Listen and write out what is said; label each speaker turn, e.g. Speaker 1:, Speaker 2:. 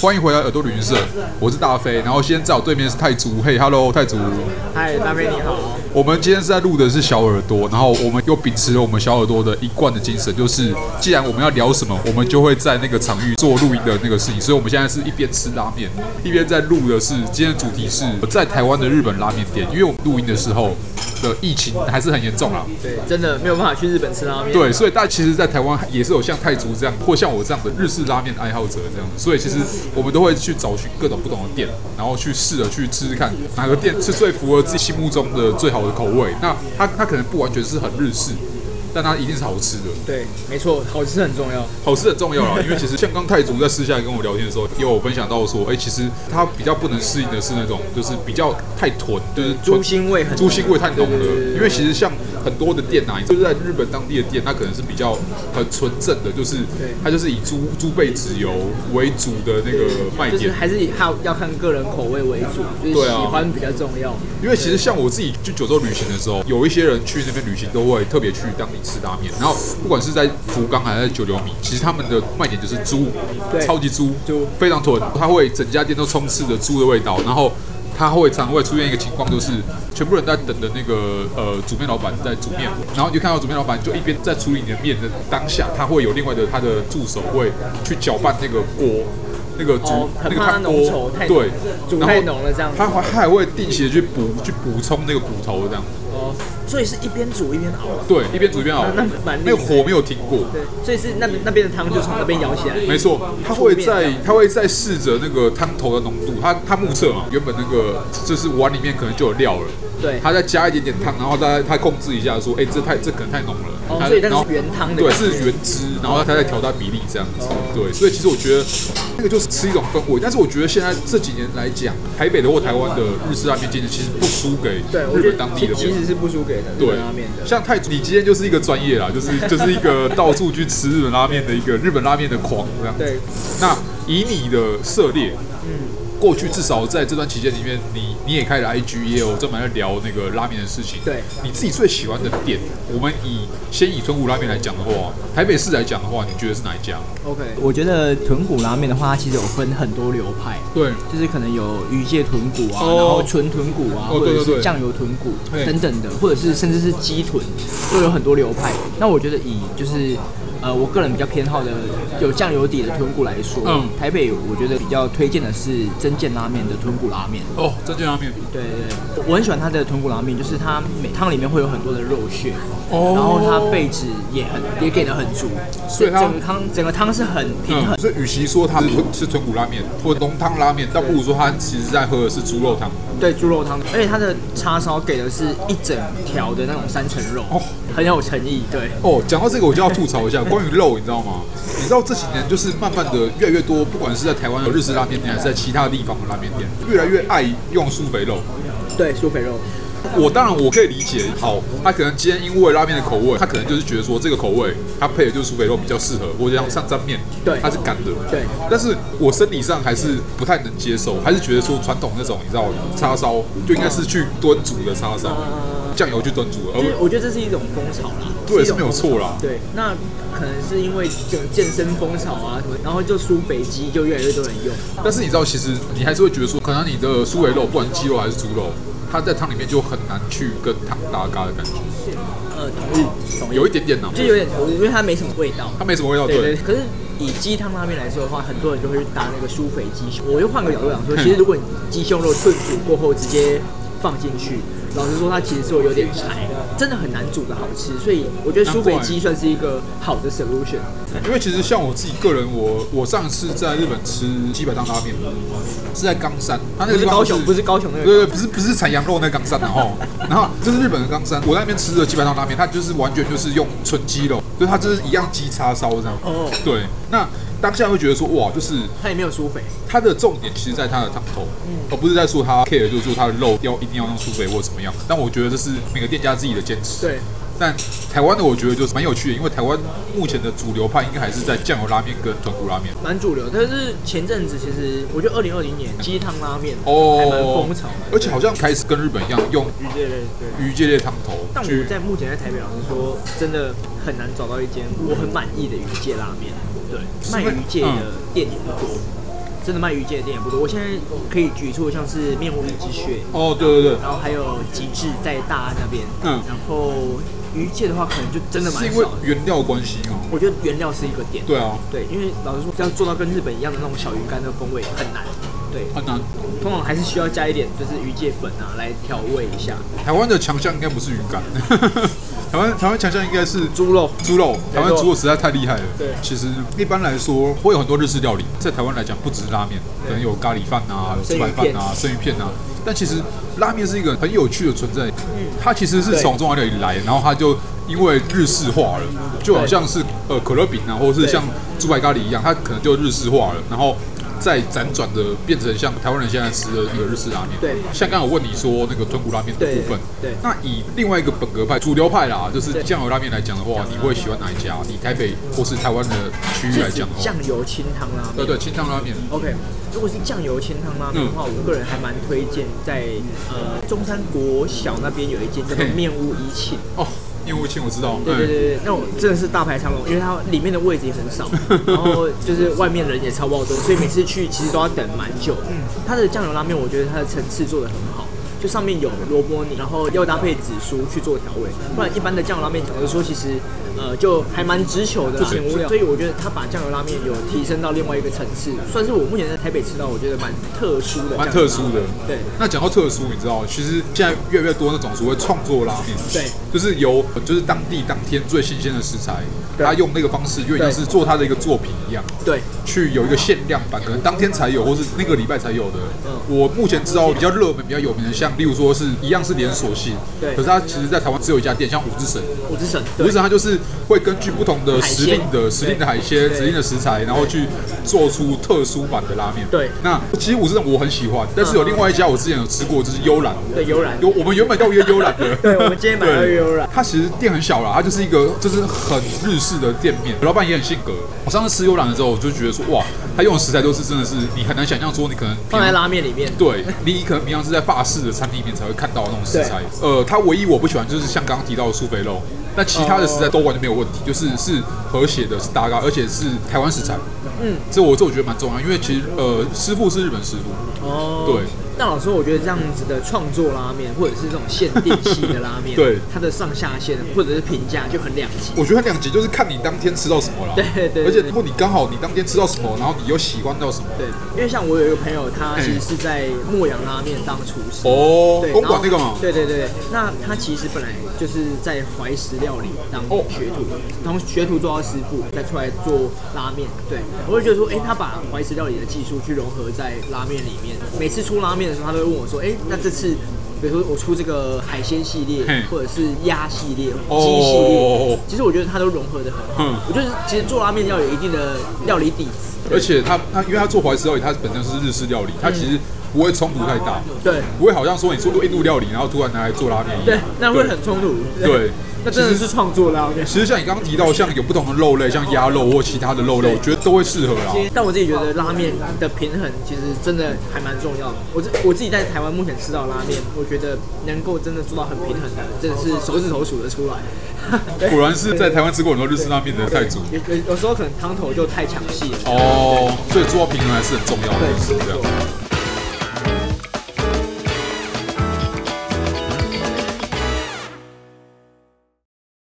Speaker 1: 欢迎回来耳朵旅行社，我是大飞，然后现在在我对面是泰竹，嘿，hello，泰竹。
Speaker 2: 嗨，大飞你好。
Speaker 1: 我们今天是在录的是小耳朵，然后我们又秉持了我们小耳朵的一贯的精神，就是既然我们要聊什么，我们就会在那个场域做录音的那个事情。所以我们现在是一边吃拉面，一边在录的是今天的主题是在台湾的日本拉面店，因为我们录音的时候的疫情还是很严重啊啦。
Speaker 2: 对，真的没有办法去日本吃拉面。啊
Speaker 1: 对，所以大家其实，在台湾也是有像泰竹这样，或像我这样的日式拉面爱好者这样子，所以其实我们都会去找寻各种不同的店，然后去试着去吃吃看哪个店是最符合自己心目中的最好的口味。那它它可能不完全是很日式，但它一定是好吃的。
Speaker 2: 对，没错，好吃很重要。
Speaker 1: 好吃很重要啦， 因为其实像刚泰竹在私下跟我聊天的时候，也有分享到说，哎、其实他比较不能适应的是那种就是比较太豚，就是
Speaker 2: 猪腥味很
Speaker 1: 猪
Speaker 2: 浓
Speaker 1: 腥味太浓
Speaker 2: 对对对对
Speaker 1: 了。
Speaker 2: 对
Speaker 1: 因为其实像很多的店啊，就是在日本当地的店，它可能是比较很纯正的，就是
Speaker 2: 对
Speaker 1: 它就是以猪猪背脂油为主的那个卖
Speaker 2: 就是
Speaker 1: 点。
Speaker 2: 还是以要要看个人口味为主，就是
Speaker 1: 对啊
Speaker 2: 喜欢比较重要。
Speaker 1: 因为其实像我自己去九州旅行的时候，有一些人去那边旅行都会特别去当地吃拉面，然后不管是在福冈还是在九流米，其实他们的卖点就是猪，
Speaker 2: 对
Speaker 1: 超级猪，
Speaker 2: 猪
Speaker 1: 非常豚，它会整家店都充斥着猪的味道，然后。它会常会出现一个情况，就是全部人在等的那个呃煮面老板在煮面，然后你就看到煮面老板就一边在处理你的面的当下，他会有另外的他的助手会去搅拌那个锅，那个煮、
Speaker 2: 哦很
Speaker 1: 那个
Speaker 2: 怕它
Speaker 1: 汤
Speaker 2: 浓
Speaker 1: 锅
Speaker 2: 稠，太
Speaker 1: 对，
Speaker 2: 煮
Speaker 1: 然后
Speaker 2: 太浓了这样子
Speaker 1: 它还它还会定期的去补去补充那个骨头这样，
Speaker 2: 哦，所以是一边煮一边熬啊。
Speaker 1: 对，一边煮一边熬
Speaker 2: 那那蛮，厉害
Speaker 1: 那个火没有停过。
Speaker 2: 对，所以是那那边的汤就从那边舀起来。
Speaker 1: 没错，它会在它会在试着那个汤头的浓度，它它目测嘛，原本那个就是碗里面可能就有料了，
Speaker 2: 对
Speaker 1: 它再加一点点汤，然后它它控制一下说，哎、这太这可能太浓了，
Speaker 2: 哦
Speaker 1: 它
Speaker 2: 所以它是
Speaker 1: 然后
Speaker 2: 原汤的
Speaker 1: 对，
Speaker 2: 感觉哦
Speaker 1: 是原汁，然后它再调它比例这样子，对，所以其实我觉得那个就是吃一种氛围，但是我觉得现在这几年来讲，台北的或台湾的日式拉面店其实不输给
Speaker 2: 对，我
Speaker 1: 日
Speaker 2: 觉
Speaker 1: 本
Speaker 2: 得
Speaker 1: 当地
Speaker 2: 其
Speaker 1: 的面
Speaker 2: 其实是不输给日
Speaker 1: 对
Speaker 2: 本拉面的，。
Speaker 1: 像泰，你今天就是一个专业啦，就是就是一个到处去吃日本拉面的一个日本拉面的狂这样。
Speaker 2: 对，
Speaker 1: 那以你的涉猎，
Speaker 3: 嗯
Speaker 1: 过去至少在这段期间里面，你你也开了 IG，也有专门在聊那个拉面的事情。
Speaker 2: 对
Speaker 1: 你自己最喜欢的店，我们以先以豚骨拉面来讲的话，台北市来讲的话，你觉得是哪一家？
Speaker 2: ，OK。
Speaker 3: 我觉得豚骨拉面的话，它其实有分很多流派，
Speaker 1: 对，
Speaker 3: 就是可能有鱼介豚骨啊，
Speaker 1: 哦
Speaker 3: 然后纯豚骨啊，或
Speaker 1: 哦对
Speaker 3: 者
Speaker 1: 对对
Speaker 3: 是酱油豚骨
Speaker 1: 嘿
Speaker 3: 等等的，或者是甚至是鸡豚，都有很多流派。那我觉得以就是呃我个人比较偏好的有酱油底的豚骨来说，
Speaker 1: 嗯
Speaker 3: 台北我觉得比较推荐的是真见拉面的豚骨拉面。
Speaker 1: 哦，这间拉面。
Speaker 3: 对对，我很喜欢它的豚骨拉面，就是它每汤里面会有很多的肉屑，
Speaker 1: 哦
Speaker 3: 然后它被子也很也给的很足，
Speaker 1: 所以它
Speaker 3: 整个汤整个汤是很平衡
Speaker 1: 嗯，。所以与其说它是是豚骨拉面或浓汤拉面，倒不如说它其实在喝的是猪肉汤。
Speaker 3: 对猪肉汤，而且它的叉烧给的是一整条的那种三层肉，
Speaker 1: 哦
Speaker 3: 很有诚意。对，
Speaker 1: 哦，讲到这个，我就要吐槽一下关于肉，你知道吗？你知道这几年就是慢慢的越来越多，不管是在台湾有日式拉面店，还是在其他地方的拉面店，越来越爱用酥肥肉。
Speaker 3: 对，酥肥肉，
Speaker 1: 我当然我可以理解，好，他可能今天因为拉面的口味，他可能就是觉得说这个口味，他配的就是酥肥肉比较适合，或者像上沾面，
Speaker 3: 对
Speaker 1: 它是干的，
Speaker 3: 对。
Speaker 1: 但是我生理上还是不太能接受，还是觉得说传统那种你知道叉烧就应该是去炖煮的叉烧，酱油去炖煮的，而
Speaker 2: 就是我觉得这是一种风潮啦，
Speaker 1: 哦对
Speaker 2: 一
Speaker 1: 是
Speaker 2: 种
Speaker 1: 没有错啦。
Speaker 2: 对，那可能是因为这种健身风潮啊什么，然后就苏肥鸡就越来越多人用。
Speaker 1: 但是你知道，其实你还是会觉得说，可能你的苏维肉，不管是鸡肉还是猪肉，它在汤里面就很难去跟汤搭嘎的感觉，
Speaker 2: 呃，同
Speaker 1: 嗯
Speaker 2: 意，同意，
Speaker 1: 有一点点难，
Speaker 2: 就有点，我因为它没什么味道。
Speaker 1: 它没什么味道，
Speaker 2: 对对，
Speaker 1: 哦对，
Speaker 2: 可是以鸡汤那边来说的话，很多人就会去搭那个酥肥鸡胸。我又换个角度
Speaker 1: 嗯
Speaker 2: 讲说，其实如果你鸡胸肉炖煮过后直接放进去，老实说它其实是会有点柴，真的很难煮的好吃。所以我觉得酥肥鸡算是一个好的 solution。
Speaker 1: 因为其实像我自己个人，我我上次在日本吃鸡白汤拉面，是在冈山，它那
Speaker 2: 不
Speaker 1: 个
Speaker 2: 是
Speaker 1: 地方
Speaker 2: 高雄，不是高雄那
Speaker 1: 对
Speaker 2: 个。
Speaker 1: 对，不是不是产羊肉那冈山的吼，然后这是日本的冈山，我在那边吃的鸡白汤拉面，它就是完全就是用纯鸡肉，就是它就是一样鸡叉烧这样。
Speaker 2: 哦
Speaker 1: 对，那当下会觉得说哇，就是
Speaker 2: 它也没有酥肥，
Speaker 1: 它的重点其实在它的汤头，
Speaker 2: 嗯
Speaker 1: 而不是在说它 care 就是说它的肉要一定要用酥肥或者怎么样。但我觉得这是每个店家自己的坚持。
Speaker 2: 对，
Speaker 1: 但台湾的我觉得就是蛮有趣的，因为台湾目前的主流派应该还是在酱油拉面跟豚骨拉面。
Speaker 2: 蛮主流。但是前阵子其实我觉得二零二零年鸡汤拉面还蛮
Speaker 1: 哦
Speaker 2: 风潮的，，
Speaker 1: 而且好像开始跟日本一样用
Speaker 2: 对对对对。
Speaker 1: 鱼介类汤头
Speaker 2: 但
Speaker 1: 去
Speaker 2: 我在目前在台北，老实说，真的很难找到一间我很满意的鱼介拉面。对，卖鱼介的店也不多。真的卖鱼介的店也不多。我现在可以举出像是面无一之穴，
Speaker 1: 哦，对对对，
Speaker 2: 然后还有极致在大安那边，
Speaker 1: 嗯
Speaker 2: 然后鱼介的话可能就真的蛮
Speaker 1: 是因为
Speaker 2: 少的。
Speaker 1: 原料关系吗？
Speaker 2: 我觉得原料是一个点，
Speaker 1: 对啊，
Speaker 2: 对，因为老实说，要做到跟日本一样的那种小鱼干的风味很难，对，
Speaker 1: 很难。
Speaker 2: 通常还是需要加一点就是鱼介粉啊来调味一下。
Speaker 1: 台湾的强项应该不是鱼 干，台湾台湾强项应该是
Speaker 2: 猪肉
Speaker 1: 猪肉，台湾
Speaker 2: 没错
Speaker 1: 猪肉实在太厉害了。
Speaker 2: 对
Speaker 1: 其实一般来说会有很多日式料理，在台湾来讲不只是拉面，可能有咖喱饭啊，有
Speaker 2: 生
Speaker 1: 猪
Speaker 2: 鱼
Speaker 1: 排饭啊，生鱼片啊。但其实拉面是一个很有趣的存在，
Speaker 2: 嗯
Speaker 1: 它其实是从中华料理来，然后它就因为日式化了，就好像是呃可乐饼啊，或者是
Speaker 2: 对
Speaker 1: 像猪排咖喱一样，它可能就日式化了，然后。再辗转的变成像台湾人现在吃的那个日式拉面，
Speaker 2: 对
Speaker 1: 像刚刚我问你说那个豚骨拉面的部分，
Speaker 2: 对对
Speaker 1: 那以另外一个本格派主流派啦，就是
Speaker 2: 对
Speaker 1: 酱油拉面来讲的话，你会喜欢哪一家？以台北或是台湾的区域
Speaker 2: 是
Speaker 1: 来
Speaker 2: 指
Speaker 1: 讲的话呃
Speaker 2: 酱，油清汤拉面。
Speaker 1: 对对，清汤拉面，
Speaker 2: OK，如果是酱油清汤拉面的话，我个人还蛮推荐在呃中山国小那边有一间叫做
Speaker 1: 嘿
Speaker 2: 面屋一庆。
Speaker 1: 哦，面无清我知道，
Speaker 2: 对对
Speaker 1: 嗯
Speaker 2: 对对，那我真的是大排长龙，因为它里面的位置也很 少，然后就是外面人也超爆多，所以每次去其实都要等蛮久。嗯，它的酱油拉面我觉得它的层次做的很好，就上面有萝卜泥，然后要搭配紫苏去做调味，不然一般的酱油拉面，老实说其实呃就还蛮直球的啦，
Speaker 1: 就是
Speaker 2: 很无聊。所以我觉得它把酱油拉面有提升到另外一个层次，算是我目前在台北吃到我觉得蛮特殊的，
Speaker 1: 蛮特殊的。
Speaker 2: 对。
Speaker 1: 那讲到特殊，你知道，其实现在越来越多那种所谓创作拉面，
Speaker 2: 对，
Speaker 1: 就是由呃就是当地当天最新鲜的食材，
Speaker 2: 对
Speaker 1: 他用那个方式，有点像是做他的一个作品一样。
Speaker 2: 对，
Speaker 1: 去有一个限量版，可能当天才有，或是那个礼拜才有的。
Speaker 2: 嗯
Speaker 1: 我目前知道比较热门、比较有名的，像例如说是一样是连锁性，
Speaker 2: 对
Speaker 1: 可是它其实在台湾只有一家店，像五之神。
Speaker 2: 我之神，
Speaker 1: 五
Speaker 2: 对
Speaker 1: 之神它就是会根据不同的
Speaker 2: 海鲜
Speaker 1: 时令的
Speaker 2: 对
Speaker 1: 时令的海鲜、
Speaker 2: 对
Speaker 1: 时令的食材，然后去做出特殊版的拉面。
Speaker 2: 对
Speaker 1: 那其实五之神我很喜欢，但是有另外一家我之前有吃过，就是悠然。
Speaker 2: 对悠然
Speaker 1: 有我们原本要约悠然的。
Speaker 2: 对我们今天买了
Speaker 1: 对
Speaker 2: 悠然
Speaker 1: 它其实店很小啦，它就是一个就是很日式的店面，老板也很性格。我上次吃悠然的时候，我就觉得说哇，他用的食材都是真的是你很难想象说你可能
Speaker 2: 放在拉面里面，
Speaker 1: 对，你可能平常是在法式的餐厅里面才会看到的那种食材。呃，它唯一我不喜欢就是像刚刚提到的素肥肉，那其他的食材都完全没有问
Speaker 2: 哦
Speaker 1: 题，就是是和谐的，是搭嘎，而且是台湾食材。嗯，这我这我觉得蛮重要，因为其实呃，师傅是日本师傅，
Speaker 2: 哦，
Speaker 1: 对。
Speaker 2: 那老师，我觉得这样子的创作拉面，或者是这种限定系的拉 面，
Speaker 1: 对
Speaker 2: 它的上下限或者是评价就很两极。
Speaker 1: 我觉得它两极就是看你当天吃到什么啦。
Speaker 2: 对对对
Speaker 1: 而且如果你刚好你当天吃到什么，然后你又喜欢到什么，
Speaker 2: 对，因为像我有一个朋友，他
Speaker 1: 嗯
Speaker 2: 其实是在莫阳拉面当厨师。
Speaker 1: 哦，
Speaker 2: 对
Speaker 1: 公馆
Speaker 2: 然后
Speaker 1: 那个嘛，
Speaker 2: 对对对，那他其实本来就是在怀石料理当
Speaker 1: 哦
Speaker 2: 学徒，从学徒做到师傅，再出来做拉面。对，我就觉得说，哎、他把怀石料理的技术去融合在拉面里面。每次出拉面的时候，他都会问我说，哎、那这次。比如说我出这个海鲜系列
Speaker 1: 嘿，
Speaker 2: 或者是鸭系列、
Speaker 1: 哦
Speaker 2: 鸡系列，其实我觉得它都融合的很
Speaker 1: 嗯
Speaker 2: 好。我就是其实做拉面要有一定的料理底子，
Speaker 1: 而且他他因为他做怀石料理，他本身是日式料理，他其
Speaker 2: 嗯
Speaker 1: 实不会冲突太大。
Speaker 2: 对
Speaker 1: 不会好像说你做过印度料理，然后突然拿来做拉面一样。
Speaker 2: 对，那会很冲突。
Speaker 1: 对
Speaker 2: 那真的
Speaker 1: 其
Speaker 2: 是
Speaker 1: 实
Speaker 2: 创作拉面。
Speaker 1: 其实像你刚刚提到，像有不同的肉类，像鸭肉或其他的肉类，我觉得都会适合啦。
Speaker 2: 但我自己觉得拉面的平衡其实真的还蛮重要的。我自我自己在台湾目前吃到的拉面，我觉得能够真的做到很平衡的，真的是手指头数得出来。
Speaker 1: 果然是在台湾吃过很多日式拉面的泰族
Speaker 2: 有有有时候可能汤头就太抢戏了。
Speaker 1: 哦，所以做到平衡还是很重要的，
Speaker 2: 对
Speaker 1: 是这样。